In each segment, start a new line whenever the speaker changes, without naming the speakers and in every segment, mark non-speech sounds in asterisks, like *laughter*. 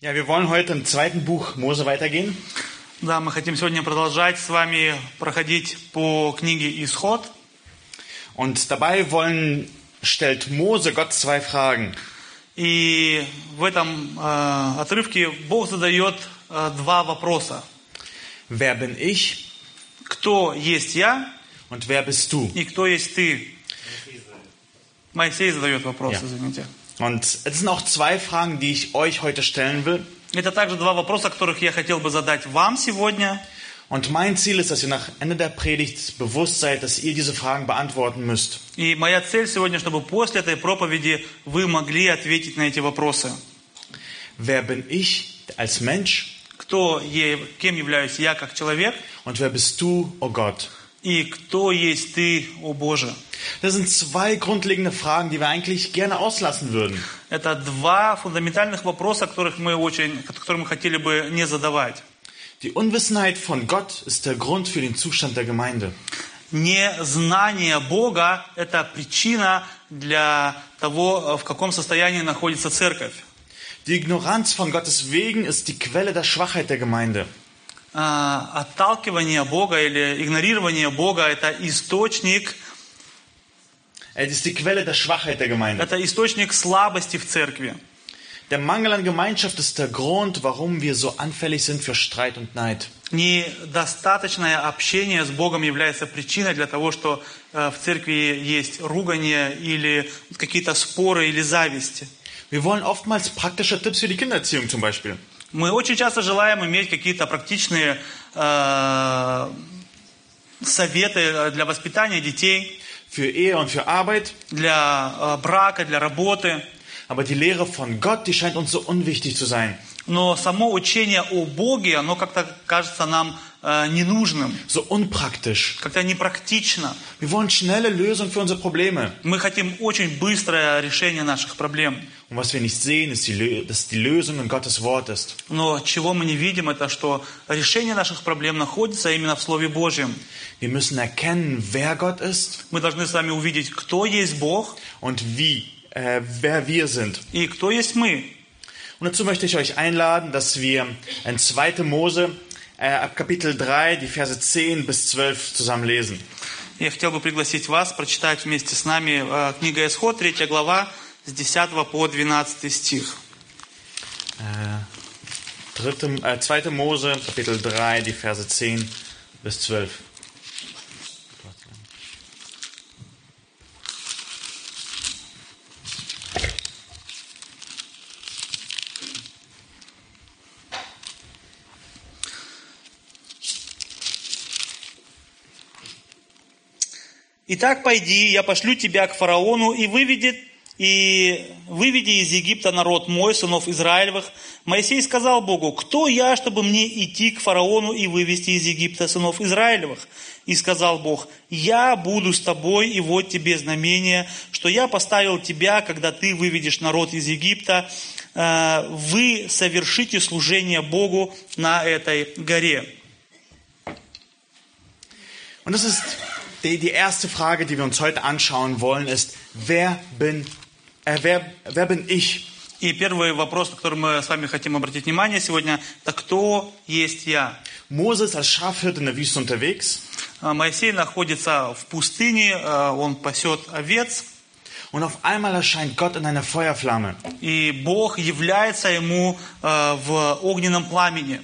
Ja, wir wollen heute im zweiten Buch Mose weitergehen.
Да, мы хотим сегодня продолжать с вами проходить по книге «Исход».
Und dabei wollen, stellt Mose Gott zwei Fragen.
И в этом э, отрывке Бог задает э, два вопроса.
Wer bin ich
Кто есть я
und wer bist du?
и кто есть ты? Моисей задает вопрос,
Я.
извините.
Und es sind auch zwei Fragen, die ich euch heute stellen will.
Это также два вопроса, которых я хотел бы задать вам сегодня.
Und mein Ziel ist, dass ihr nach Ende der Predigt bewusst seid, dass ihr diese Fragen beantworten müsst.
И моя цель сегодня, чтобы после этой проповеди вы могли ответить на эти вопросы.
Wer bin ich als Mensch
Кто, е- кем являюсь я как человек
und wer bist du, o oh Gott?
и кто есть ты, о Боже?
Das sind zwei grundlegende Fragen, die wir eigentlich gerne auslassen würden.
Это два фундаментальных вопроса, которых мы очень, которые мы хотели бы не задавать.
Die Unwissenheit von Gott ist der Grund für den Zustand der Gemeinde.
Незнание Бога – это причина для того, в каком состоянии находится церковь.
Die Ignoranz von Gottes Wegen ist die Quelle der Schwachheit der Gemeinde.
А, Отталкивание Бога или игнорирование Бога – это источник,
Es ist die Quelle der Schwachheit der Gemeinde.
это источник слабости в церкви.
Der Mangel an Gemeinschaft ist der Grund, warum wir so anfällig sind für Streit und Neid.
Недостаточное общение с Богом является причиной для того, что э, в церкви есть ругание или какие-то споры или зависти.
Wir wollen oftmals praktische Tipps für die Kindererziehung zum Beispiel.
Мы очень часто желаем иметь какие-то практичные э, советы для воспитания детей,
Für Ehe und für Arbeit.
для э, брака, для работы.
Aber die Lehre von Gott, die scheint uns so unwichtig zu sein.
Но само учение о Боге, оно как-то кажется нам э, ненужным,
So unpraktisch.
как-то непрактично.
Wir wollen schnelle Lösungen für unsere Probleme.
Мы хотим очень быстрое решение наших проблем.
Und was wir nicht sehen, ist, die, Lö- dass die Lösung in Gottes Wort ist.
Но чего мы не видим, это что решение наших проблем находится именно в Слове Божьем.
Wir müssen erkennen, wer Gott ist
Мы должны с вами увидеть, кто есть Бог
und wie, äh, wer wir sind.
и кто есть мы.
Und dazu möchte ich euch einladen, dass wir in 2. Mose äh, ab Kapitel 3 die Verse 10 bis 12 zusammen lesen.
Я хотел бы пригласить вас прочитать вместе с нами э, книга Исход, 3 глава, с 10 по 12 стих.
3., äh, 2. Mose Kapitel 3 die Verse 10 bis 12.
«Итак, пойди, я пошлю тебя к фараону, и выведет и выведи из Египта народ мой, сынов Израилевых. Моисей сказал Богу, кто я, чтобы мне идти к фараону и вывести из Египта сынов Израилевых? И сказал Бог, я буду с тобой, и вот тебе знамение, что я поставил тебя, когда ты выведешь народ из Египта, Э, вы совершите служение Богу на этой горе.
Und das ist die, die erste Frage, die wir uns heute anschauen wollen, ist, wer bin, äh, wer, wer bin ich?
И первый вопрос, на который мы с вами хотим обратить внимание сегодня, это кто есть я?
Mose ist als Schafhirte in der Wüste unterwegs
А, Моисей находится в пустыне, а, он пасет овец,
und auf einmal erscheint Gott in einer Feuerflamme.
и Бог является ему а, в огненном пламени.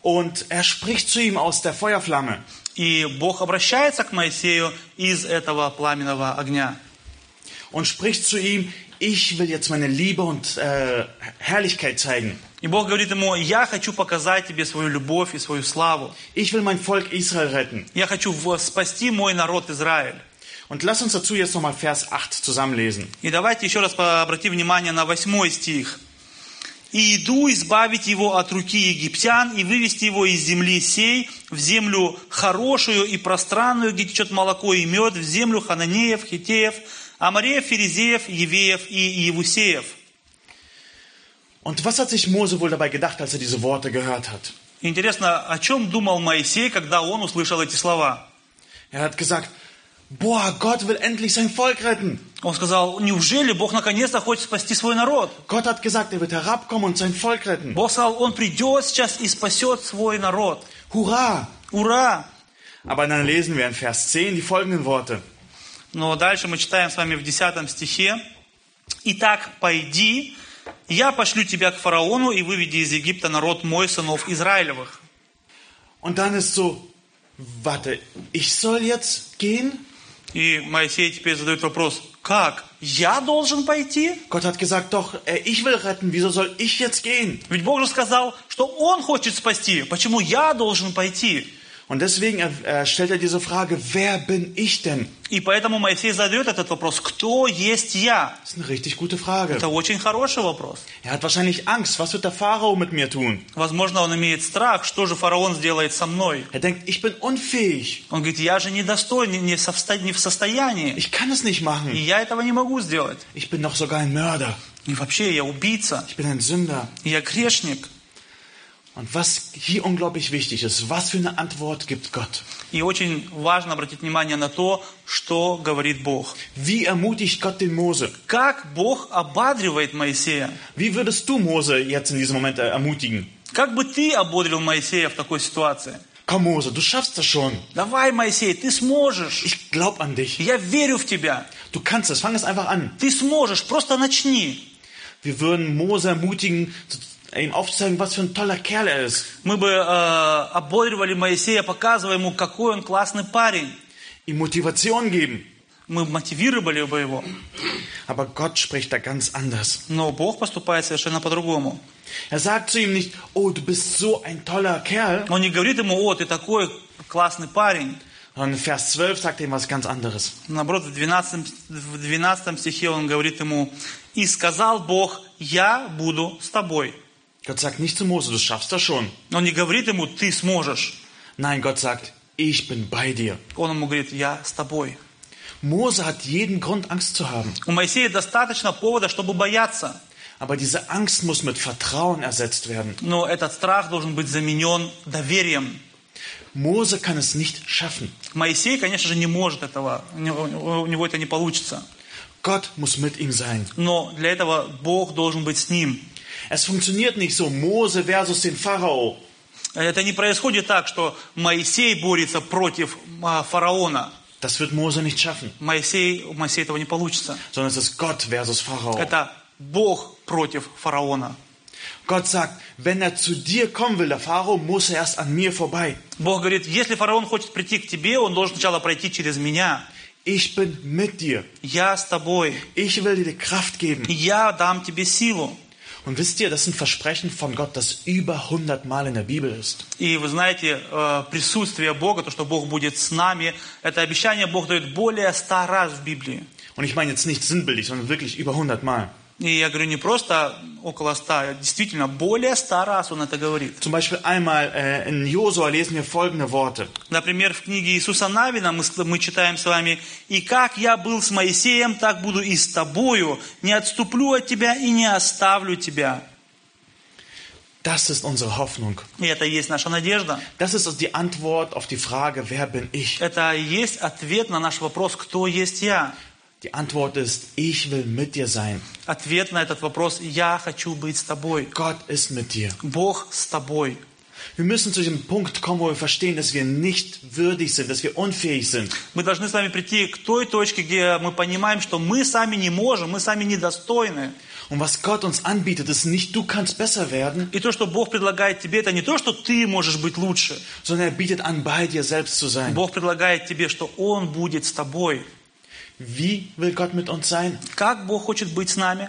Und er spricht zu ihm aus der Feuerflamme.
И Бог обращается к Моисею из этого пламенного огня.
und spricht zu ihm, ich will jetzt meine Liebe und äh, Herrlichkeit zeigen.
И Бог говорит ему, я хочу показать тебе свою любовь и свою славу.
Ich will mein Volk Israel retten.
Я хочу в- спасти мой народ Израиль.
Und lass uns dazu jetzt nochmal Vers 8 zusammenlesen.
И давайте еще раз по- обратим внимание на восьмой стих. «И иду избавить его от руки египтян и вывести его из земли сей в землю хорошую и пространную, где течет молоко и мед, в землю хананеев, хитеев, амареев, ферезеев, евеев и евусеев».
Und was hat sich Mose wohl dabei gedacht, als er diese Worte gehört hat?
Интересно, о чем думал Моисей, когда он услышал эти слова?
Er hat gesagt, boah, Gott will endlich sein Volk retten.
Он сказал, неужели Бог наконец-то хочет спасти свой народ?
Gott hat gesagt, er wird herabkommen und sein Volk retten.
Бог сказал, Он придет сейчас и спасет свой народ.
Hurra!
Ура!
Aber dann lesen wir in Vers 10 die folgenden Worte.
Но дальше мы читаем с вами в 10 стихе. «Итак, пойди, я пошлю тебя к фараону и выведи из Египта народ мой, сынов Израилевых».
Und dann ist so, warte, ich soll jetzt gehen?
И Моисей теперь задает вопрос, как? Я должен пойти?
Gott hat gesagt, doch, äh, ich will retten, wieso soll ich jetzt gehen?
Ведь Бог же сказал, что Он хочет спасти. Почему я должен пойти?
Und deswegen äh, äh, stellt er diese Frage, wer bin ich denn?
И поэтому Моисей задает этот вопрос, кто есть я?
Das ist eine richtig gute Frage.
Это очень хороший вопрос.
Er hat wahrscheinlich Angst, was wird der Pharao mit mir tun?
Возможно, он имеет страх, что же фараон сделает со мной.
Er denkt, ich bin unfähig,
Он говорит, я же недостоин, не- не совста- не в состоянии,
ich kann es nicht
и
machen.
я этого не могу сделать.
Ich bin doch sogar ein Mörder,
И вообще, я убийца,
ich bin ein Sünder.
я грешник.
Und was hier unglaublich wichtig ist, was für eine Antwort gibt Gott?
И очень важно обратить внимание на то, что говорит Бог.
Wie ermutigt Gott den Mose?
Как Бог ободривает Моисея?
Wie würdest du Mose jetzt in diesem Moment äh, ermutigen?
Как бы ты ободрил Моисея в такой ситуации?
Komm Mose, du schaffst das schon.
Давай, Моисей, ты сможешь.
Ich glaube an dich.
Я верю в тебя.
Du kannst es, fang es einfach an.
Ты sможешь, просто начни.
Wir würden Mose ermutigen, zu- ihm aufzuzeigen, was für ein toller Kerl er ist.
Мы бы э, ободривали Моисея, показывая ему, какой он классный парень.
Ihm Motivation geben.
Мы мотивировали бы его.
Aber Gott spricht da ganz anders.
Но Бог поступает совершенно по-другому.
Er sagt zu ihm nicht, oh, du bist so ein toller Kerl,
Он не говорит ему, о, ты такой классный парень.
sondern in Vers 12 sagt er ihm was ganz anderes.
Наоборот, в 12, в 12 стихе он говорит ему, «И сказал Бог, я буду с тобой».
Gott sagt nicht zu Mose, du schaffst das schon.
Он не говорит ему, ты сможешь.
Nein, Gott sagt, ich bin bei dir.
Он ему говорит, я с тобой.
Mose hat jeden Grund, Angst zu haben.
У Моисея достаточно повода, чтобы бояться.
Aber diese Angst muss mit Vertrauen ersetzt werden.
Но этот страх должен быть заменен доверием.
Mose kann es nicht schaffen.
Моисей, конечно же, не может этого, у него- у него это не получится.
Gott muss mit ihm sein.
Но для этого Бог должен быть с ним.
Es funktioniert nicht so Mose versus den Pharao.
Это не происходит так, что Моисей борется против а, фараона.
Das wird Mose nicht schaffen,
Моисей, у Моисея этого не получится.
sondern es ist Gott versus Pharao.
Это Бог против фараона.
Gott sagt, wenn er zu dir kommen will, der Pharao, muss er erst an mir vorbei.
Бог говорит, если фараон хочет прийти к тебе, он должен сначала пройти через меня.
Ich bin mit dir.
Я с тобой.
Ich will dir die Kraft
И
geben.
Я дам тебе силу.
Und wisst ihr, das ist ein Versprechen von Gott, das über 100 Mal in der Bibel ist.
И вы знаете, э, присутствие Бога, то, что Бог будет с нами, это обещание Бог дает более ста раз в Библии.
Und ich meine jetzt nicht sinnbildlich, sondern wirklich über 100 Mal.
И я говорю не просто около ста, а действительно, более ста раз он это говорит.
Zum Beispiel einmal äh, in Josua lesen wir folgende Worte.
Например, в книге Иисуса Навина мы, с- мы читаем с вами «И как я был с Моисеем, так буду и с тобою, не отступлю от тебя и не оставлю тебя».
Das ist unsere Hoffnung.
И это и есть наша надежда.
Das ist die Antwort auf die Frage, wer bin ich?
Это и есть ответ на наш вопрос «Кто есть я?».
Die Antwort ist, ich will mit dir sein.
Ответ на этот вопрос «Я хочу быть с тобой».
Gott ist mit dir.
Бог с тобой.
Wir müssen zu dem Punkt kommen, wo wir verstehen, dass wir nicht würdig sind, dass wir unfähig sind.
Мы должны с вами прийти к той точке, где мы понимаем, что мы сами не можем, мы сами недостойны.
Und was Gott uns anbietet, ist nicht, du kannst besser werden,
И то, что Бог предлагает тебе, это не то, что ты можешь быть лучше.
sondern er bietet an, bei dir selbst zu sein.
Бог предлагает тебе, что Он будет с тобой.
Wie will Gott mit uns sein?
Как Бог хочет быть с нами?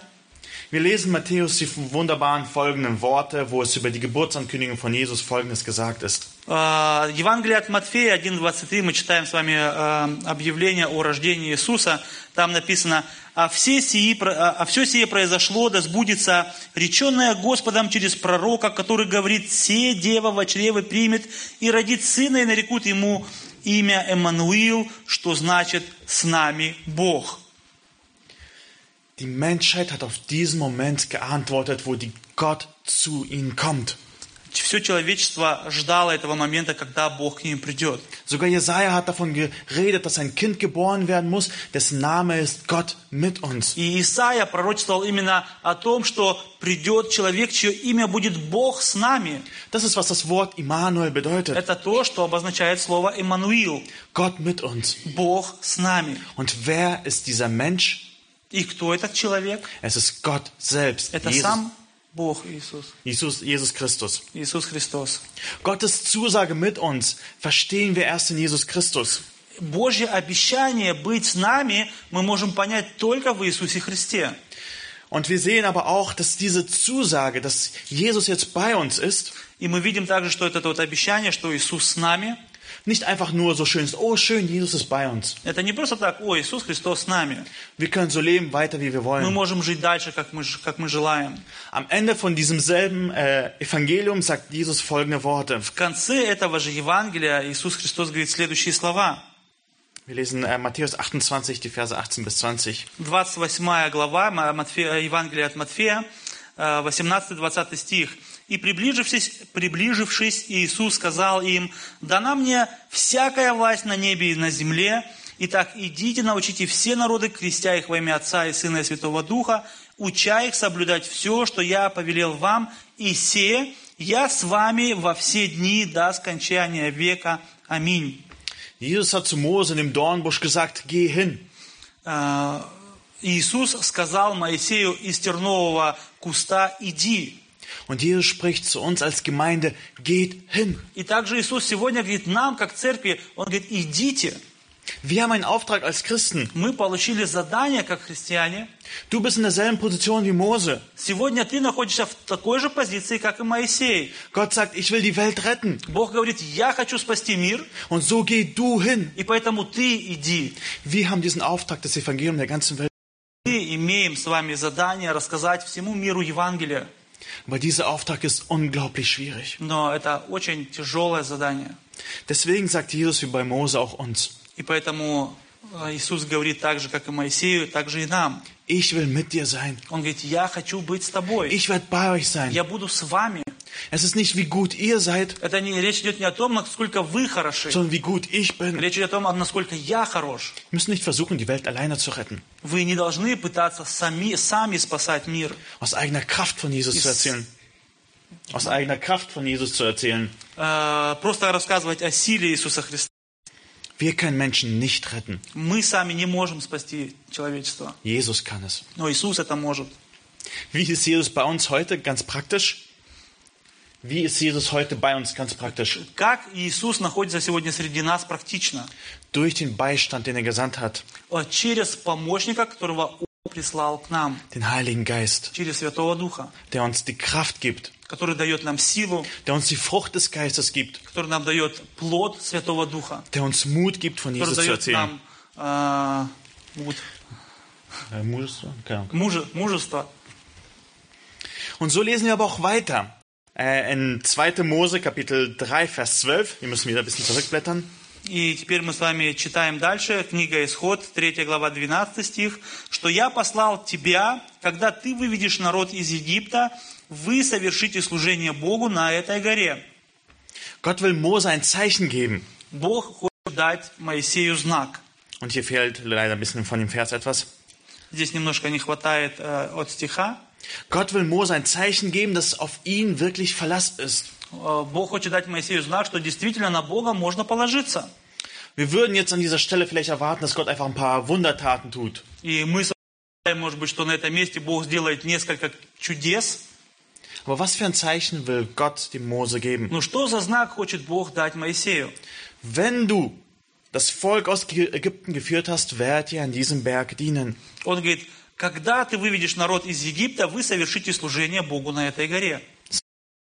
Wir lesen Matthäus die wunderbaren folgenden Worte, wo es über die Geburtsankündigung von Jesus folgendes gesagt ist.
Э, Евангелие от Матфея 1.23, мы читаем с вами э, объявление о рождении Иисуса. Там написано, «А все, сии, про- а а все сие произошло, да сбудется реченное Господом через пророка, который говорит, «Се дева во чреве примет и родит сына, и нарекут ему имя Эммануил, что значит «с нами Бог».
Die Menschheit hat auf diesen Moment geantwortet, wo die Gott zu ihnen kommt.
все человечество ждало этого момента, когда Бог к ним придет.
Sogar Jesaja hat davon geredet, dass ein Kind geboren werden muss, dessen Name ist Gott mit uns.
И Исаия пророчествовал именно о том, что придет человек, чье имя будет Бог с нами.
Das ist, was das Wort Immanuel bedeutet.
Это то, что обозначает слово «Эммануил»
Gott mit uns.
– «Бог с нами».
Und wer ist dieser Mensch?
И кто этот человек?
Es ist Gott selbst,
Это
Jesus,
сам Бог Иисус,
Jesus, Jesus Christus.
Иисус Христос.
Gottes Zusage mit uns verstehen wir erst in Jesus Christus.
Божье обещание быть с нами мы можем понять только в Иисусе Христе.
Und wir sehen aber auch, dass diese Zusage, dass Jesus jetzt bei uns ist,
И мы видим также, что это вот обещание, что Иисус с нами.
nicht einfach nur so schön ist, oh schön, Jesus ist bei uns.
Это не просто так, о, Иисус Христос с нами.
Wir können so leben weiter, wie wir
Мы
wollen.
можем жить дальше, как мы, ж- как мы желаем.
Am Ende von diesem selben äh, Evangelium sagt Jesus folgende Worte.
В конце этого же Евангелия Иисус Христос говорит следующие слова.
Wir lesen äh, Matthäus 28, die Verse 18 bis 20.
28 глава Ма- Матфея- э, Евангелия от Матфея, э, 18-20 стих. «И приближившись, приближившись, Иисус сказал им, «Дана мне всякая власть на небе и на земле, Итак, идите, научите все народы, крестя их во имя Отца и Сына и Святого Духа, уча их соблюдать все, что я повелел вам, и се, я с вами во все дни до скончания века. Аминь».
Jesus hat zu Mose in dem Dornbusch gesagt, geh hin.
Э, Иисус сказал Моисею из тернового куста «иди».
Und Jesus spricht zu uns als Gemeinde, geht hin.
И также Иисус сегодня говорит нам, как церкви, Он говорит «идите».
Wir haben einen Auftrag als Christen.
Мы получили задание, как христиане.
Du bist in derselben Position wie Mose.
Сегодня ты находишься в такой же позиции, как и Моисей.
Gott sagt, ich will die Welt retten.
Бог говорит «я хочу спасти мир»,
Und so geh du hin.
и поэтому ты иди.
Wir haben diesen Auftrag, das Evangelium der ganzen Welt.
Мы имеем с вами задание рассказать всему миру Евангелие.
Aber dieser Auftrag ist unglaublich schwierig.
Но это очень тяжелое задание.
Deswegen sagt Jesus wie bei Mose auch uns,
И поэтому э, Иисус говорит так же, как и Моисею, так же и нам.
ich will mit dir sein.
Он говорит, я хочу быть с тобой.
Ich werde bei euch sein.
Я буду с вами.
Es ist nicht, wie gut ihr seid,
Это не, речь идет не о том, насколько вы хороши.
sondern wie gut ich bin. Wir
Речь идет о том, насколько я хорош.
müssen nicht versuchen, die Welt alleine zu retten.
Вы не должны пытаться сами, сами спасать мир.
Aus eigener Kraft von Jesus zu erzählen. Aus eigener Kraft von Jesus zu erzählen.
Э, просто рассказывать о силе Иисуса Христа.
Wir können Menschen nicht retten.
Мы сами не можем спасти человечество.
Jesus kann es.
Но Иисус это может.
Wie ist Jesus bei uns heute ganz praktisch? Wie ist Jesus heute bei uns ganz praktisch?
Как Иисус находится сегодня среди нас практично?
Durch den Beistand, den er gesandt hat,
Э, Через помощника, которого Он прислал к нам.
den Heiligen Geist,
Через Святого Духа,
der uns die Kraft gibt,
который дает нам силу,
der uns die Frucht des Geistes gibt,
который нам дает плод Святого Духа.
der uns Mut gibt, von
который
Jesus zu
дает
erzählen.
нам а, вот,
Äh, Mut ist so? Keine Ahnung.
муже- мужество.
Und so lesen wir aber auch weiter. Äh, In 2. Mose, Kapitel 3, Vers 12. Wir müssen wieder ein bisschen zurückblättern.
И теперь мы с вами читаем дальше, книга Исход, 3 глава, 12 стих, что «Я послал тебя, когда ты выведешь народ из Египта, вы совершите служение Богу на этой горе».
Gott will Mose ein Zeichen geben.
Бог хочет дать Моисею знак.
Und hier fehlt leider ein bisschen von dem Vers etwas.
Здесь немножко не хватает э, от стиха.
Gott will Mose ein Zeichen geben, dass auf ihn wirklich Verlass ist.
Э, Бог хочет дать Моисею знак, что действительно на Бога можно положиться.
Wir würden jetzt an dieser Stelle vielleicht erwarten, dass Gott einfach ein paar Wundertaten tut.
И мы с вами, может быть, что на этом месте Бог сделает несколько чудес.
Aber was für ein Zeichen will Gott dem Mose geben?
Но «Ну что за знак хочет Бог дать Моисею?
Wenn du das Volk aus Ägypten geführt hast, werdet ihr an diesem Berg dienen.
Он говорит, когда ты выведешь народ из Египта, вы совершите служение Богу на этой горе.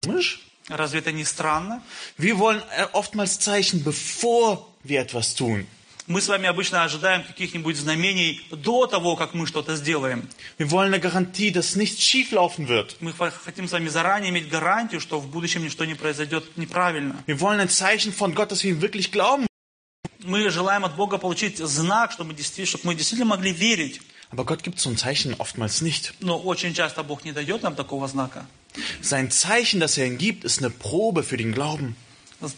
Komisch?
Разве это не странно?
Wir wollen äh, oftmals Zeichen, bevor wir etwas tun.
Мы с вами обычно ожидаем каких-нибудь знамений до того, как мы что-то сделаем.
Wir wollen eine Garantie, dass nichts schieflaufen wird.
Мы фа- хотим с вами заранее иметь гарантию, что в будущем ничто не произойдет неправильно.
Wir wollen ein Zeichen von Gott, dass wir ihm wirklich glauben.
Мы желаем от Бога получить знак, чтобы, действи- чтобы мы действительно могли верить.
Aber Gott gibt so ein Zeichen oftmals nicht.
Но очень часто Бог не дает нам такого знака.
Sein Zeichen, das er ihm gibt, ist eine Probe für den Glauben.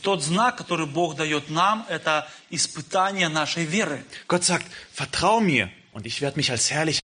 Тот знак, который Бог дает нам, это испытание нашей веры.
Gott sagt, vertrau mir und ich werde mich als herrlich.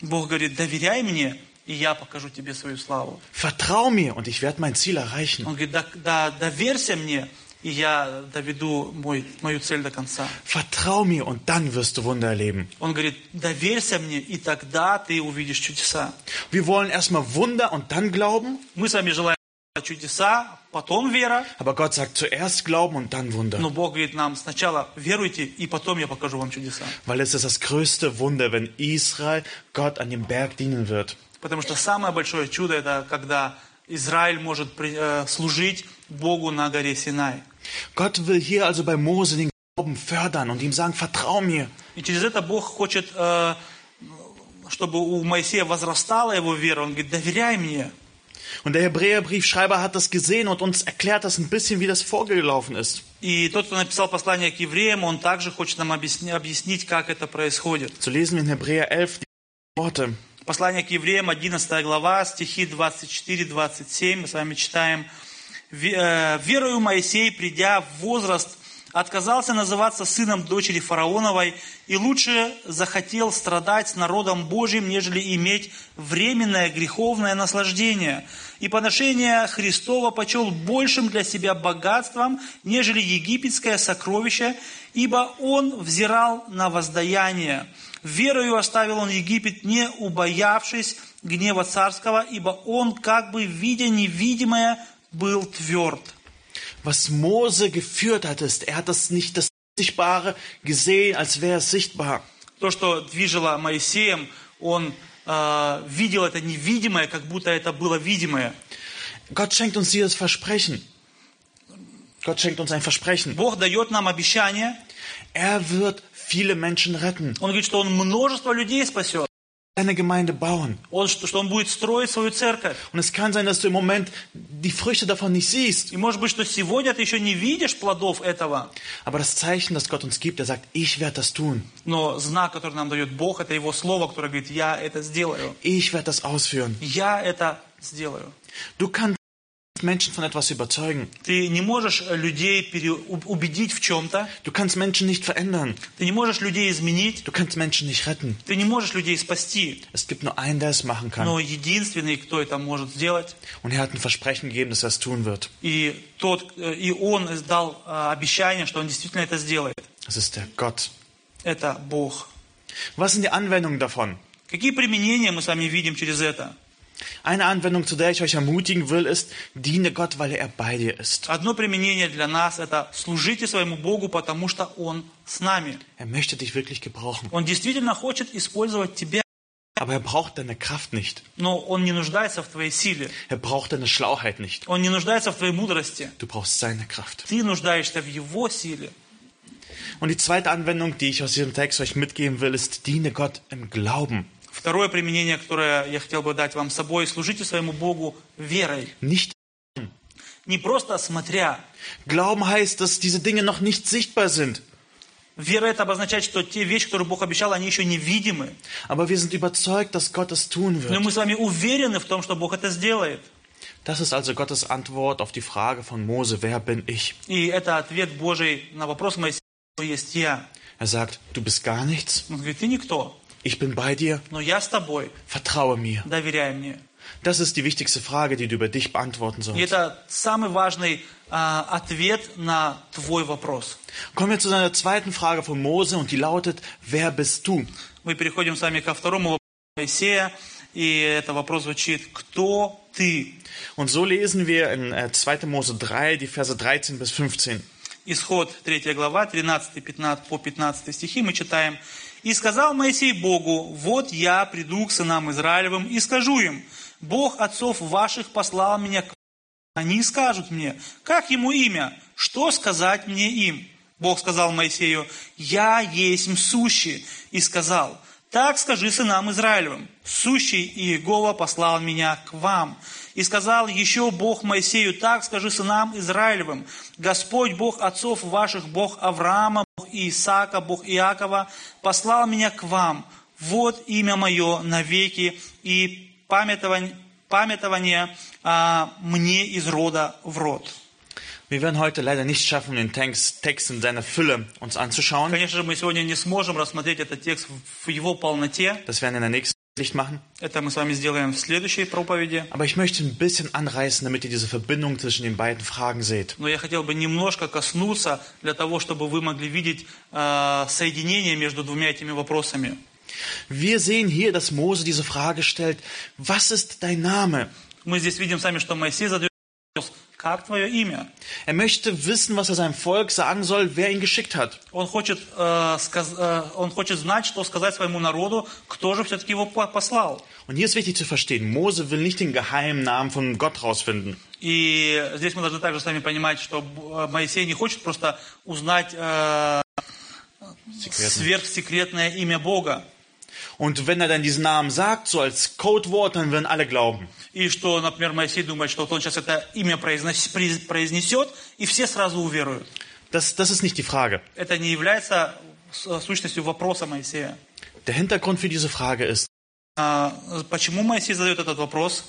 Бог говорит, доверяй мне, и я покажу тебе свою славу.
Vertrau mir und ich werde mein Ziel erreichen.
Он говорит, да, да- доверься мне, и я доведу мой, мою цель до конца.
Vertrau mir und dann wirst du Wunder erleben.
Он говорит, доверься мне, и тогда ты увидишь чудеса.
Wir wollen erstmal Wunder und dann glauben,
Мы с вами желаем чудеса, потом вера.
aber Gott sagt zuerst Glauben und dann Wunder.
Но Бог говорит нам, сначала веруйте, и потом я покажу вам чудеса.
Weil es ist das größte Wunder, wenn Israel Gott an dem Berg dienen wird.
Потому что самое большое чудо, это когда Израиль может при- э, служить Богу на горе Синай.
Gott will hier also bei Mose den Glauben fördern und ihm sagen, vertrau mir.
И через это Бог хочет, э, чтобы у Моисея возрастала его вера. Он говорит, доверяй мне.
Und der Hebräerbriefschreiber hat das gesehen und uns erklärt das ein bisschen, wie das vorgelaufen ist.
И тот, кто написал послание к евреям, он также хочет нам объясни- объяснить, как это происходит.
So lesen wir in Hebräer 11 die Worte.
Послание к евреям, 11 глава, стихи 24-27, мы с вами читаем. «Ве- э, «Верою Моисей, придя в возраст, отказался называться сыном дочери фараоновой и лучше захотел страдать с народом Божьим, нежели иметь временное греховное наслаждение. И поношение Христова почел большим для себя богатством, нежели египетское сокровище, ибо он взирал на воздаяние». Верою оставил он Египет, не убоявшись гнева царского, ибо он, как бы видя невидимое, был тверд.
Was Mose geführt hat, ist, er hat das nicht das Sichtbare gesehen, als wäre es sichtbar.
То, что движило Моисеем, он э, видел это невидимое, как будто это было видимое.
Gott schenkt uns dieses Versprechen. Gott schenkt uns ein Versprechen.
Бог дает нам обещание.
Er wird viele Menschen retten,
Он говорит, что он множество людей спасет.
seine Gemeinde bauen.
Он, что что он будет строить свою церковь.
Und es kann sein, dass du im Moment die Früchte davon nicht siehst.
И может быть, что сегодня ты еще не видишь плодов этого,
Aber das Zeichen, das Gott uns gibt, er sagt, ich werde das tun.
но знак, который нам дает Бог, это Его Слово, которое говорит, я это сделаю.
Ich werde das ausführen.
Я это сделаю.
Du kannst Menschen von etwas überzeugen.
Ты не можешь э, людей пере- у- убедить в чем-то,
Du kannst Menschen nicht verändern.
ты не можешь людей изменить,
Du kannst Menschen nicht retten.
ты не можешь людей спасти.
Es gibt nur einen, der es machen kann.
Но единственный, кто это может сделать,
Und er hat ein Versprechen gegeben, dass er es tun wird.
и тот, э, и он дал э, обещание, что он действительно это сделает.
Das ist der Gott.
Это Бог.
Was sind die Anwendungen davon?
Какие применения мы с вами видим через это?
Eine Anwendung, zu der ich euch ermutigen will, ist, diene Gott, weil er bei dir ist.
Одно применение для нас – это служите своему Богу, потому что Он с нами.
Er möchte dich wirklich gebrauchen,
Он действительно хочет использовать тебя,
aber er braucht deine Kraft nicht.
но Он не нуждается в твоей силе,
Er braucht deine Schlauheit nicht.
Он не нуждается в твоей мудрости.
Du brauchst seine Kraft.
Ты нуждаешься в Его силе.
Und die zweite Anwendung, die ich aus diesem Text euch mitgeben will, ist, diene Gott im Glauben.
Второе применение, которое я хотел бы дать вам с собой, служите своему Богу верой.
Nicht
Не просто смотря.
Glauben heißt, dass diese Dinge noch nicht sichtbar sind.
Вера это обозначает, что те вещи, которые Бог обещал, они еще невидимы.
Aber wir sind überzeugt, dass Gott es tun
Но
wird.
мы с вами уверены в том, что Бог это сделает.
Das ist also Gottes Antwort auf die Frage von Mose, wer bin ich?
И это ответ Божий на вопрос Моисея, «Кто есть я.
Er sagt, du bist gar nichts,
Он говорит, ты никто,
ich bin bei dir,
но я с тобой,
vertraue mir.
доверяй мне.
Das ist die wichtigste Frage, die du über dich beantworten
И
sollst.
это самый важный а, ответ на твой вопрос.
Kommen wir zu seiner zweiten Frage von Mose und die lautet, wer bist du?
Мы переходим с вами ко второму вопросу Моисея, и это вопрос звучит «Кто ты?»
Und so lesen wir in äh, 2. Mose 3, die Verse 13 bis 15.
Исход 3 глава, 13 15, по 15 стихи мы читаем. «И сказал Моисей Богу, вот я приду к сынам Израилевым и скажу им, Бог отцов ваших послал меня к вам». Они скажут мне, как ему имя, что сказать мне им? Бог сказал Моисею, я есть сущий, и сказал, так скажи сынам Израилевым, сущий Иегова послал меня к вам. И сказал еще Бог Моисею, так скажи сынам Израилевым, Господь Бог отцов ваших, Бог Авраама, Бог Исаака, Бог Иакова, послал меня к вам. вот имя мое навеки и памятование, памятование а, мне из рода в род.
Wir werden heute leider nicht schaffen, den Text, Text in seiner Fülle uns anzuschauen.
Конечно же, мы сегодня не сможем рассмотреть этот текст в его полноте.
Das werden wir in der nächsten Licht machen.
Это мы с вами сделаем в следующей проповеди.
Aber ich möchte ein bisschen anreißen, damit ihr diese Verbindung zwischen den beiden Fragen seht.
Но я хотел бы немножко коснуться для того, чтобы вы могли видеть а, соединение между двумя этими вопросами.
Wir sehen hier, dass Mose diese Frage stellt, was ist dein Name?
Мы здесь видим сами, что Моисей задает вопрос, как твое имя?
Er möchte wissen, was er seinem Volk sagen soll, wer ihn geschickt hat.
Он хочет, э, сказ- э, он хочет знать, что сказать своему народу, кто же все-таки его по- послал.
Und hier ist wichtig zu verstehen, Mose will nicht den geheimen Namen von Gott rausfinden.
И здесь мы должны также с вами понимать, что э, Моисей не хочет просто узнать э, сверхсекретное имя Бога.
Und wenn er dann diesen Namen sagt, so als Codewort, dann werden alle glauben.
И что, например, Моисей думает, что вот он сейчас это имя произнес- произ- произнесет, и все сразу уверуют.
Das, das ist nicht die Frage.
Это не является с- сущностью вопроса Моисея.
Der Hintergrund für diese Frage ist,
А, Почему Моисей задает этот вопрос?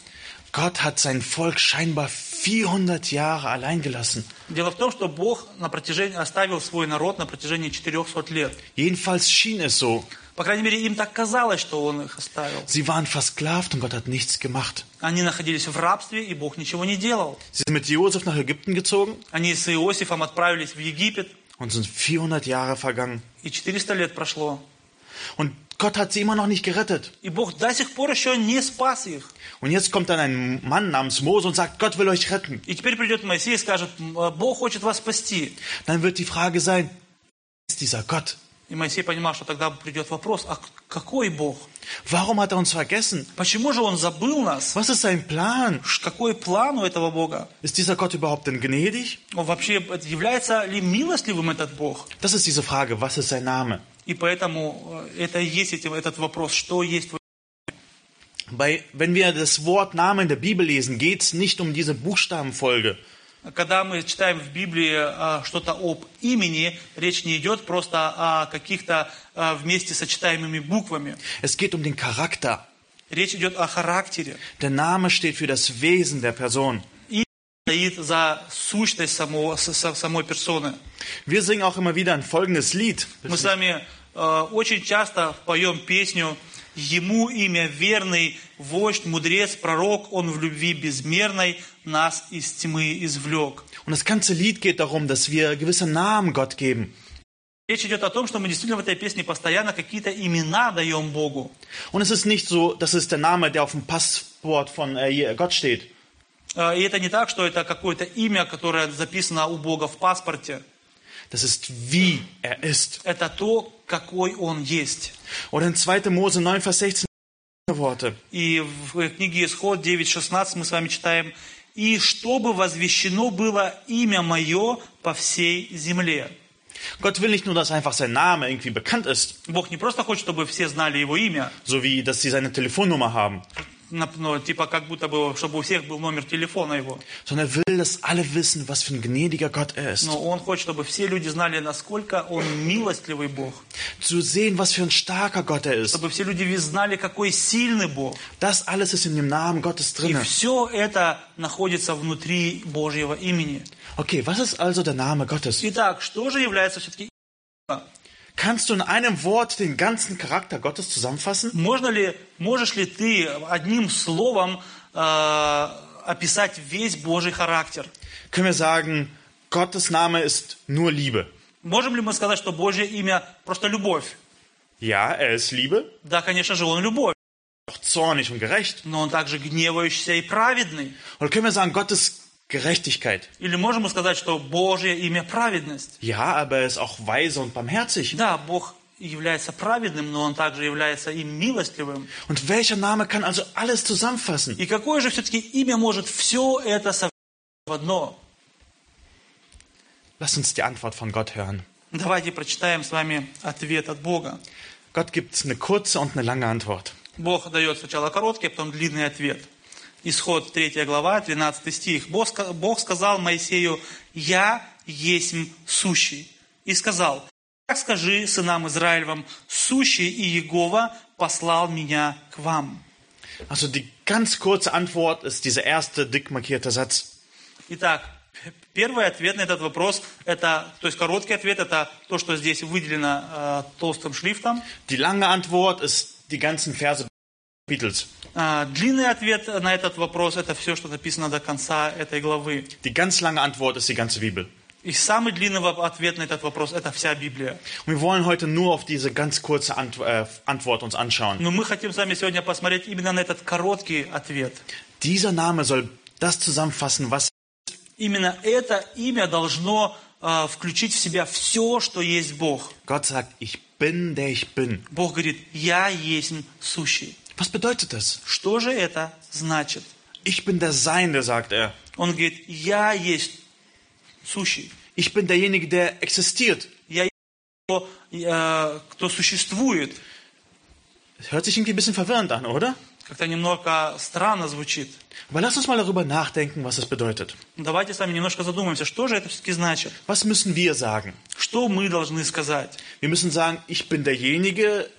Gott hat sein Volk scheinbar 400 Jahre allein gelassen.
Дело в том, что Бог на протяжении, оставил свой народ на протяжении 400 лет.
Jedenfalls schien es so.
По крайней мере, им так казалось, что Он их оставил.
Sie waren versklavt und Gott hat nichts gemacht.
Они находились в рабстве, и Бог ничего не делал.
Sie sind mit Josef nach Ägypten gezogen
Они с Иосифом отправились в Египет,
und sind 400 Jahre vergangen.
и 400 лет прошло.
Und Gott hat sie immer noch nicht gerettet.
И Бог до сих пор еще не спас их.
Und jetzt kommt dann ein Mann namens Mose und sagt, Gott will euch retten.
И теперь придет Моисей и скажет, «М, э, Бог хочет вас спасти.
Dann wird die Frage sein, wer ist dieser Gott?
И Моисей понимал, что тогда придет вопрос, а к- какой Бог?
Warum hat er uns vergessen?
Почему же Он забыл нас?
Was ist sein Plan?
Ш- Какой план у этого Бога?
Ist dieser Gott überhaupt denn gnädig?
Он вообще э, является ли милостливым этот Бог?
Das ist diese Frage, was ist sein Name?
И поэтому э, это и есть эти- этот вопрос, что есть. твое-
Bei, wenn wir das Wort Name in der Bibel lesen, geht es nicht um diese Buchstabenfolge.
Когда мы читаем в Библии а, что-то об имени, речь не идет просто о каких-то а, вместе сочетаемыми буквами.
Es geht um den Charakter.
Речь идет о характере.
Der Name steht für das Wesen der Person.
Стоит за сущность самого, с- с- самой персоны.
Wir singen auch immer wieder ein folgendes Lied.
Мы с вами э, очень часто поем песню «Ему имя верный, вождь, мудрец, пророк, он в любви безмерной нас из тьмы извлек».
Und das ganze Lied geht darum, dass wir gewisse Namen Gott geben.
Речь идет о том, что мы действительно в этой песне постоянно какие-то имена даем Богу.
Und es ist nicht so, das ist der Name, der auf dem Passport von äh, Gott steht.
Э, И это не так, что это какое-то имя, которое записано у Бога в паспорте.
Das ist wie er ist.
Это то, какой Он есть.
Oder in 2. Mose 9, Vers 16 Worte.
И в э, книге Исход 9.16 мы с вами читаем «И чтобы возвещено было имя Мое по всей земле».
Gott will nicht nur, dass einfach sein Name irgendwie bekannt ist,
Бог не просто хочет, чтобы все знали Его имя,
so wie, dass sie seine Telefonnummer haben,
нап- ну, типа как будто бы, чтобы у всех был номер телефона Его.
sondern er will, dass alle wissen, was für ein gnädiger Gott er ist.
Но Он хочет, чтобы все люди знали, насколько Он милостливый Бог.
Zu sehen, was für ein starker Gott er ist.
чтобы все люди знали, какой сильный Бог.
Das alles ist in dem Namen Gottes
И
drin.
все это находится внутри Божьего имени.
Okay, was ist also der Name Gottes?
Итак, что же является все-таки
Kannst du in einem Wort den ganzen Charakter Gottes zusammenfassen?
Можно ли, можешь ли ты одним словом э, описать весь Божий характер?
Können wir sagen, Gottes Name ist nur Liebe?
Можем ли мы сказать, что Божье имя просто любовь?
Ja, er ist Liebe,
Да, конечно же, Он любовь,
doch zornig und gerecht.
но Он также гневающийся и праведный.
Oder können wir sagen, Gott ist Gerechtigkeit?
Или можем мы сказать, что Божье имя праведность?
Ja, aber er ist auch weise und barmherzig.
Да, Бог является праведным, но Он также является и милостливым.
Und welcher Name kann also alles zusammenfassen?
И какое же все-таки имя может все это совместить в одно?
Lass uns die Antwort von Gott hören.
Давайте прочитаем с вами ответ от Бога.
Gott gibt eine kurze und eine lange Antwort.
Бог дает сначала короткий, а потом длинный ответ. Исход 3 глава, 12 стих. Бог ска- Бог сказал Моисею, «Я есть сущий». И сказал, «Так скажи сынам Израилевым, сущий и Егова, послал меня к вам.
Also die ganz kurze Antwort ist dieser erste dick markierte Satz.
Итак, первый ответ на этот вопрос, это, то есть короткий ответ, это то, что здесь выделено э, толстым шрифтом.
Die lange Antwort ist die ganzen Verse des Kapitels.
А, длинный ответ на этот вопрос, это все, что написано до конца этой главы.
Die ganz lange Antwort ist die ganze Bibel.
И самый длинный воп- ответ на этот вопрос, это вся Библия.
Und wir wollen heute nur auf diese ganz kurze Ant äh, Antwort uns anschauen.
Но мы хотим с вами сегодня посмотреть именно на этот короткий ответ.
Dieser Name soll das zusammenfassen, was
Именно это имя должно а, включить в себя все, что есть Бог.
Gott sagt, ich bin, der ich bin.
Бог говорит, я есть сущий.
Was bedeutet das?
Что же это значит?
Ich bin der Seiende, sagt er.
Он говорит, я есть сущий.
Ich bin derjenige, der existiert.
Я есть кто, э, кто существует.
Das hört sich irgendwie ein bisschen verwirrend an, oder?
Как-то немного странно звучит.
Aber lass uns mal darüber nachdenken, was es bedeutet.
Ну, Давайте с вами немножко задумаемся, что же это все-таки значит?
Was müssen wir sagen?
Что мы должны сказать?
Wir müssen sagen, ich bin derjenige,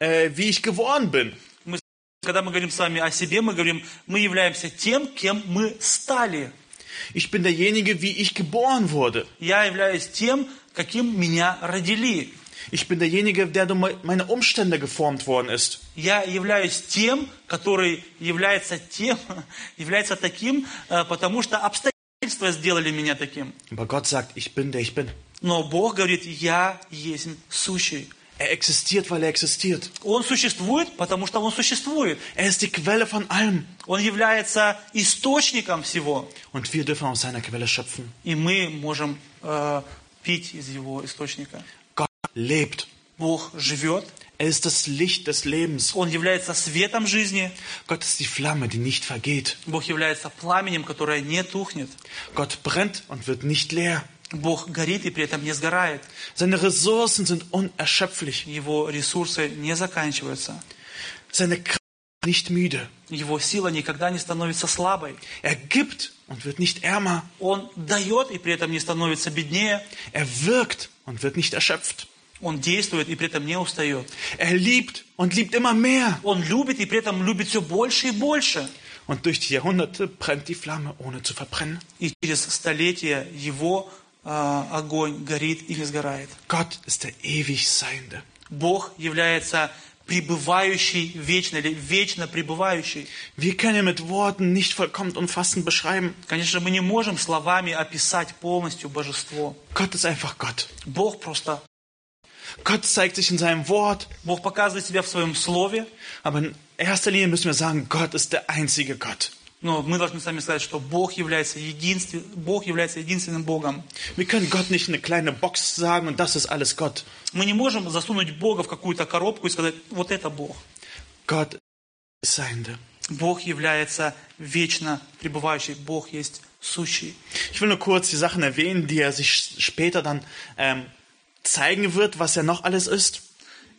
äh, wie ich geworden bin.
Мы, с- когда мы говорим с вами о себе, мы говорим, мы являемся тем, кем мы стали.
Ich bin derjenige, wie ich geboren wurde.
Я являюсь тем, каким меня родили.
Ich bin derjenige, der durch meine Umstände geformt worden ist.
Я являюсь тем, который является тем, *laughs* является таким, э, потому что обстоятельства сделали меня таким.
Aber Gott sagt, ich bin, der ich bin.
Но Бог говорит, я есть сущий.
Er existiert, weil er existiert.
Он существует, потому что он существует.
Er ist die Quelle von allem.
Он является источником всего.
Und wir dürfen aus seiner Quelle schöpfen.
И мы можем э, пить из его источника.
Gott lebt.
Бог живет,
Er ist das Licht des Lebens.
Он является светом жизни,
Gott ist die Flamme, die nicht vergeht.
Бог является пламенем, которое не тухнет.
Gott brennt und wird nicht leer.
Бог горит и при этом не сгорает.
Seine Ressourcen sind unerschöpflich.
Его ресурсы не заканчиваются.
Seine Kraft ist nicht müde.
Его сила никогда не становится слабой.
Er gibt und wird nicht ärmer.
Он дает и при этом не становится беднее.
Er wirkt und wird nicht erschöpft.
Он действует и при этом не устает.
Er liebt und liebt immer mehr.
Он любит и при этом любит все больше и больше.
Und durch die Jahrhunderte brennt die Flamme, ohne zu verbrennen.
И через столетия его а, огонь горит и не сгорает.
Gott ist der ewig Seiende.
Бог является пребывающий вечно или вечно пребывающий.
Wir können ihn mit Worten nicht vollkommen umfassend beschreiben.
Конечно, мы не можем словами описать полностью божество.
Gott ist einfach Gott.
Бог просто...
Gott zeigt sich in seinem Wort.
Бог показывает себя в своем слове,
Aber in erster Linie müssen wir sagen, Gott ist der einzige Gott.
но мы должны сами сказать, что Бог является, единстве... Бог является единственным Бogом.
Wir können Gott nicht in eine kleine Box sagen und das ist alles Gott.
Мы не можем засунуть Бога в какую-то коробку и сказать, вот это Бог.
Gott ist Seiende.
Бог является вечно пребывающий, Бог есть сущий.
Ich will nur kurz die Sachen erwähnen, die er sich später dann ähm, zeigen wird, was er noch alles ist.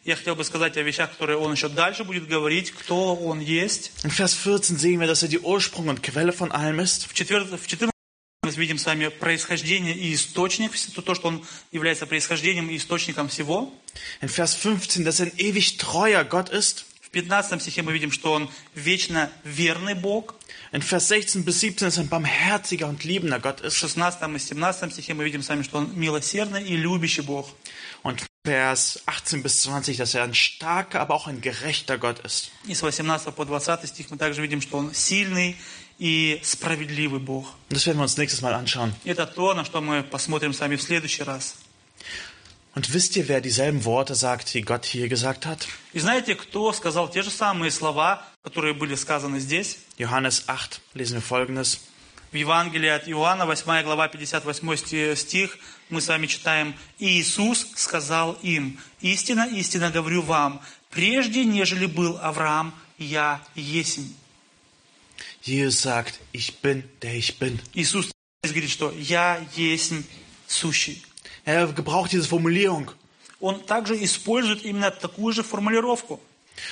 Я хотел бы сказать о вещах, которые он еще дальше будет говорить, кто он есть.
In Vers 14 sehen wir, dass er die Ursprung und Quelle von allem ist.
В, четвер... в 14 мы видим с вами происхождение и источник, вс- то, что он является происхождением и источником всего.
In Vers 15, dass er ein ewig treuer Gott ist.
В 15 стихе мы видим, что он вечно верный Бог.
In Vers 16 bis 17, dass er ein barmherziger und liebender Gott
В
ist.
16 и 17 стихе мы видим с вами, что он милосердный и любящий Бог.
Und Vers 18 bis 20, dass er ein starker, aber auch ein gerechter Gott ist.
И с 18 по 20 стих мы также видим, что он сильный и справедливый Бог.
Und das werden wir uns nächstes Mal anschauen.
Это то, на что мы посмотрим с вами в следующий раз.
Und wisst ihr, wer dieselben Worte sagt, die Gott hier gesagt hat?
И знаете, кто сказал те же самые слова, которые были сказаны здесь?
Johannes 8 lesen wir folgendes.
В Евангелии от Иоанна, 8 глава, 58 сти- стих, мы с вами читаем, «И «Иисус сказал им, истина, истина говорю вам, прежде, нежели был Авраам, я есмь».
Jesus sagt, ich bin, der ich bin.
Иисус здесь говорит, что «я есмь сущий».
Er gebraucht diese Formulierung.
Он также использует именно такую же формулировку.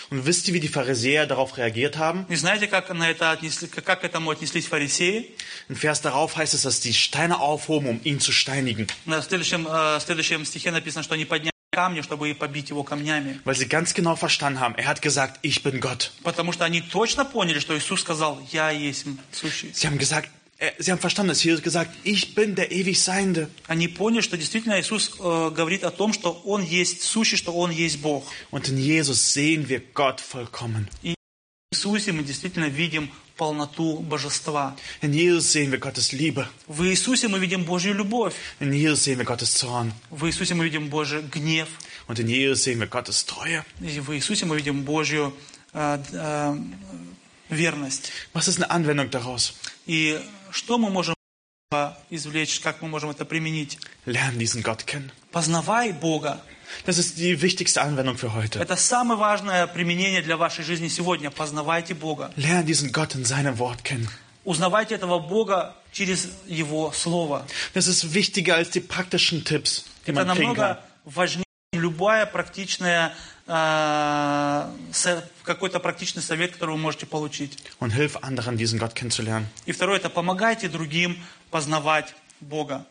Und wisst ihr, wie die Pharisäer darauf reagiert haben?
И знаете, как, на это отнесли, как к этому отнеслись фарисеи?
Im Vers darauf heißt es, dass die Steine aufhoben, um ihn zu steinigen.
На следующем, э, следующем стихе написано, что они подняли камень камни, чтобы и побить его камнями.
weil sie ganz genau verstanden haben, er hat gesagt, ich bin Gott.
Потому что они точно поняли, что Иисус сказал, «Я есть сущий».
Sie haben gesagt, äh, sie haben verstanden, dass Jesus gesagt, ich bin der ewig Seiende.
Они поняли, что действительно Иисус э, говорит о том, что Он есть сущий, что Он есть Бог.
Und in Jesus sehen wir Gott vollkommen.
В Иисусе мы действительно видим полноту божества.
In Jesus sehen wir Gottes Liebe.
В Иисусе мы видим Божью любовь.
In Jesus sehen wir Gottes Zorn.
В Иисусе мы видим Божий гнев.
Und in Jesus sehen wir Gottes Treue.
И в Иисусе мы видим Божью э, д- э, верность.
Was ist eine Anwendung daraus?
И что мы можем э, извлечь, как мы можем это применить?
Lern diesen Gott kennen.
Познавай Бога.
Das ist die wichtigste Anwendung für heute.
Это самое важное применение для вашей жизни сегодня. Познавайте Бога.
Lern diesen Gott in seinem Wort kennen.
Узнавайте этого Бога через Его Слово.
Das ist wichtiger als die praktischen Tipps, die
Это
man kriegen kann.
намного важнее, чем любая практичная э, со- какой-то практичный совет, который вы можете получить.
Und hilf anderen, diesen Gott kennenzulernen.
И второе, это помогайте другим познавать Бога.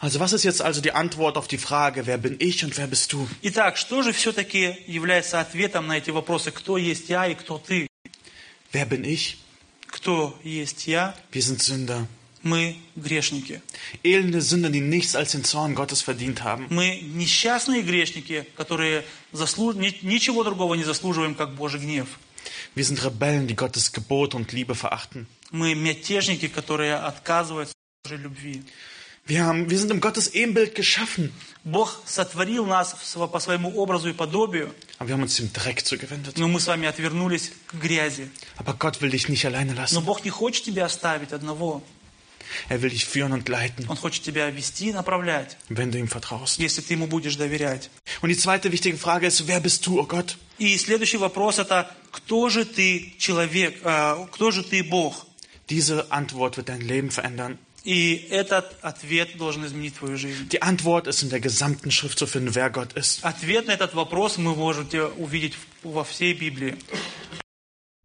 Also was ist jetzt also die Antwort auf die Frage, wer bin ich und wer bist du?
Итак, что же все-таки является ответом на эти вопросы? Кто есть я и кто ты?
Wer bin ich?
Кто есть я?
Wir sind Sünder.
Мы грешники.
Elende Sünder, die nichts als den Zorn Gottes verdient haben.
Мы несчастные грешники, которые заслу- ни- ничего другого не заслуживаем, как Божий гнев.
Wir sind Rebellen, die Gottes Gebot und Liebe verachten.
Мы мятежники, которые отказываются от Божьей любви.
Wir, haben, wir sind im Gottes Ebenbild geschaffen,
Бог сотворил нас в сво- по своему образу и подобию,
aber wir haben uns dem Dreck zugewendet.
но мы с вами отвернулись к грязи.
Aber Gott will dich nicht alleine
Но
lassen.
Бог не хочет тебя оставить одного.
Er will dich führen und leiten,
Он хочет тебя вести и направлять,
wenn du ihm vertraust.
если ты ему будешь доверять.
Und die zweite wichtige Frage ist, wer bist du, oh Gott?
И следующий вопрос это, кто же ты человек, э, кто же ты Бог?
Diese Antwort wird dein Leben verändern.
И этот ответ должен изменить твою жизнь.
Die Antwort ist in der gesamten Schrift zu finden, wer Gott ist.
Ответ на этот вопрос вы можете увидеть в- во всей Библии.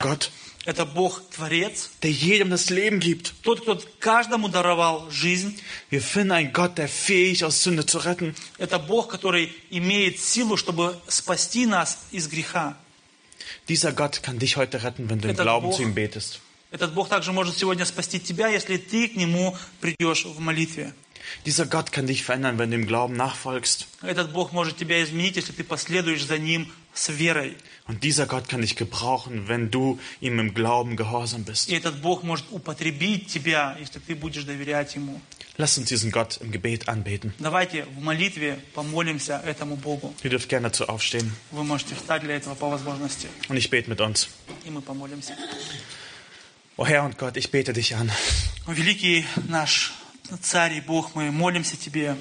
Gott,
Это Бог-творец,
der jedem das Leben gibt.
тот, кто каждому даровал жизнь.
Wir finden einen Gott, der fähig aus Sünde zu retten.
Это Бог, который имеет силу, чтобы спасти нас из греха.
Dieser Gott kann dich heute retten, wenn du im
Этот
Glauben
Бог-
zu ihm betest.
Этот Бог также может сегодня спасти тебя, если ты к Нему придешь в молитве.
Dieser Gott kann dich verändern, wenn du im Glauben nachfolgst.
Этот Бог может тебя изменить, если ты последуешь за Ним с верой.
Und dieser Gott kann dich gebrauchen, wenn du ihm im Glauben gehorsam bist.
И этот Бог может употребить тебя, если ты будешь доверять Ему.
Lass uns diesen Gott im Gebet anbeten.
Давайте в молитве помолимся этому Богу.
Ihr dürft gerne dazu aufstehen.
Вы можете встать для этого по возможности.
Und ich bete mit uns.
И мы помолимся.
O Herr und Gott, ich bete dich an.
Великий наш Царь и Бог, мы молимся Тебе.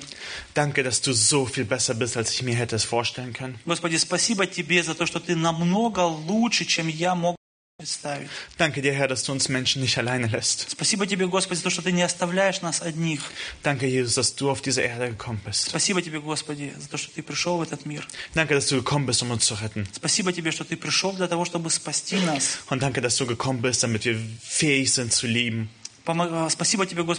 Danke, dass du so viel besser bist, als ich mir hätte es vorstellen können.
Господи, спасибо Тебе за то, что Ты намного лучше, чем я мог представить.
Danke dir, Herr, dass du uns Menschen nicht alleine lässt.
Спасибо Тебе, Господи, за то, что Ты не oставляешь нас одних.
Danke, Jesus, dass du auf diese Erde gekommen bist.
Спасибо Тебе, Господи, за то, что Ты пришел в этот мир.
Danke, dass du gekommen bist, um uns zu retten.
Спасибо Тебе, что Ты пришел для того, чтобы спасти нас.
Und danke, dass du gekommen bist, damit wir fähig sind zu lieben.
Помо- а, Спасибо Тебе, Господи,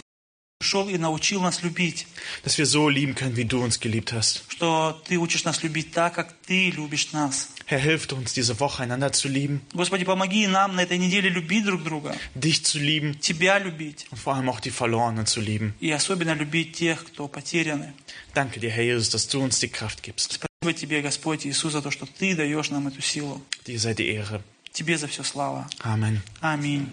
что Ты пришел и научил нас любить.
Dass wir so lieben können, wie du uns geliebt hast.
Что Ты учишь нас любить так, как Ты любишь нас.
Herr, hilf uns, diese Woche einander zu lieben,
Господи, помоги нам на этой неделе любить друг друга.
dich zu lieben
Тебя любить.
und vor allem auch die Verlorenen zu lieben.
И особенно любить тех, кто потеряны.
Danke dir, Herr Jesus, dass du uns die Kraft gibst.
Спасибо Тебе, Господь Иисус, за то, что Ты даешь нам эту силу.
Dir sei die Ehre.
Тебе за все слава.
Amen.
Аминь.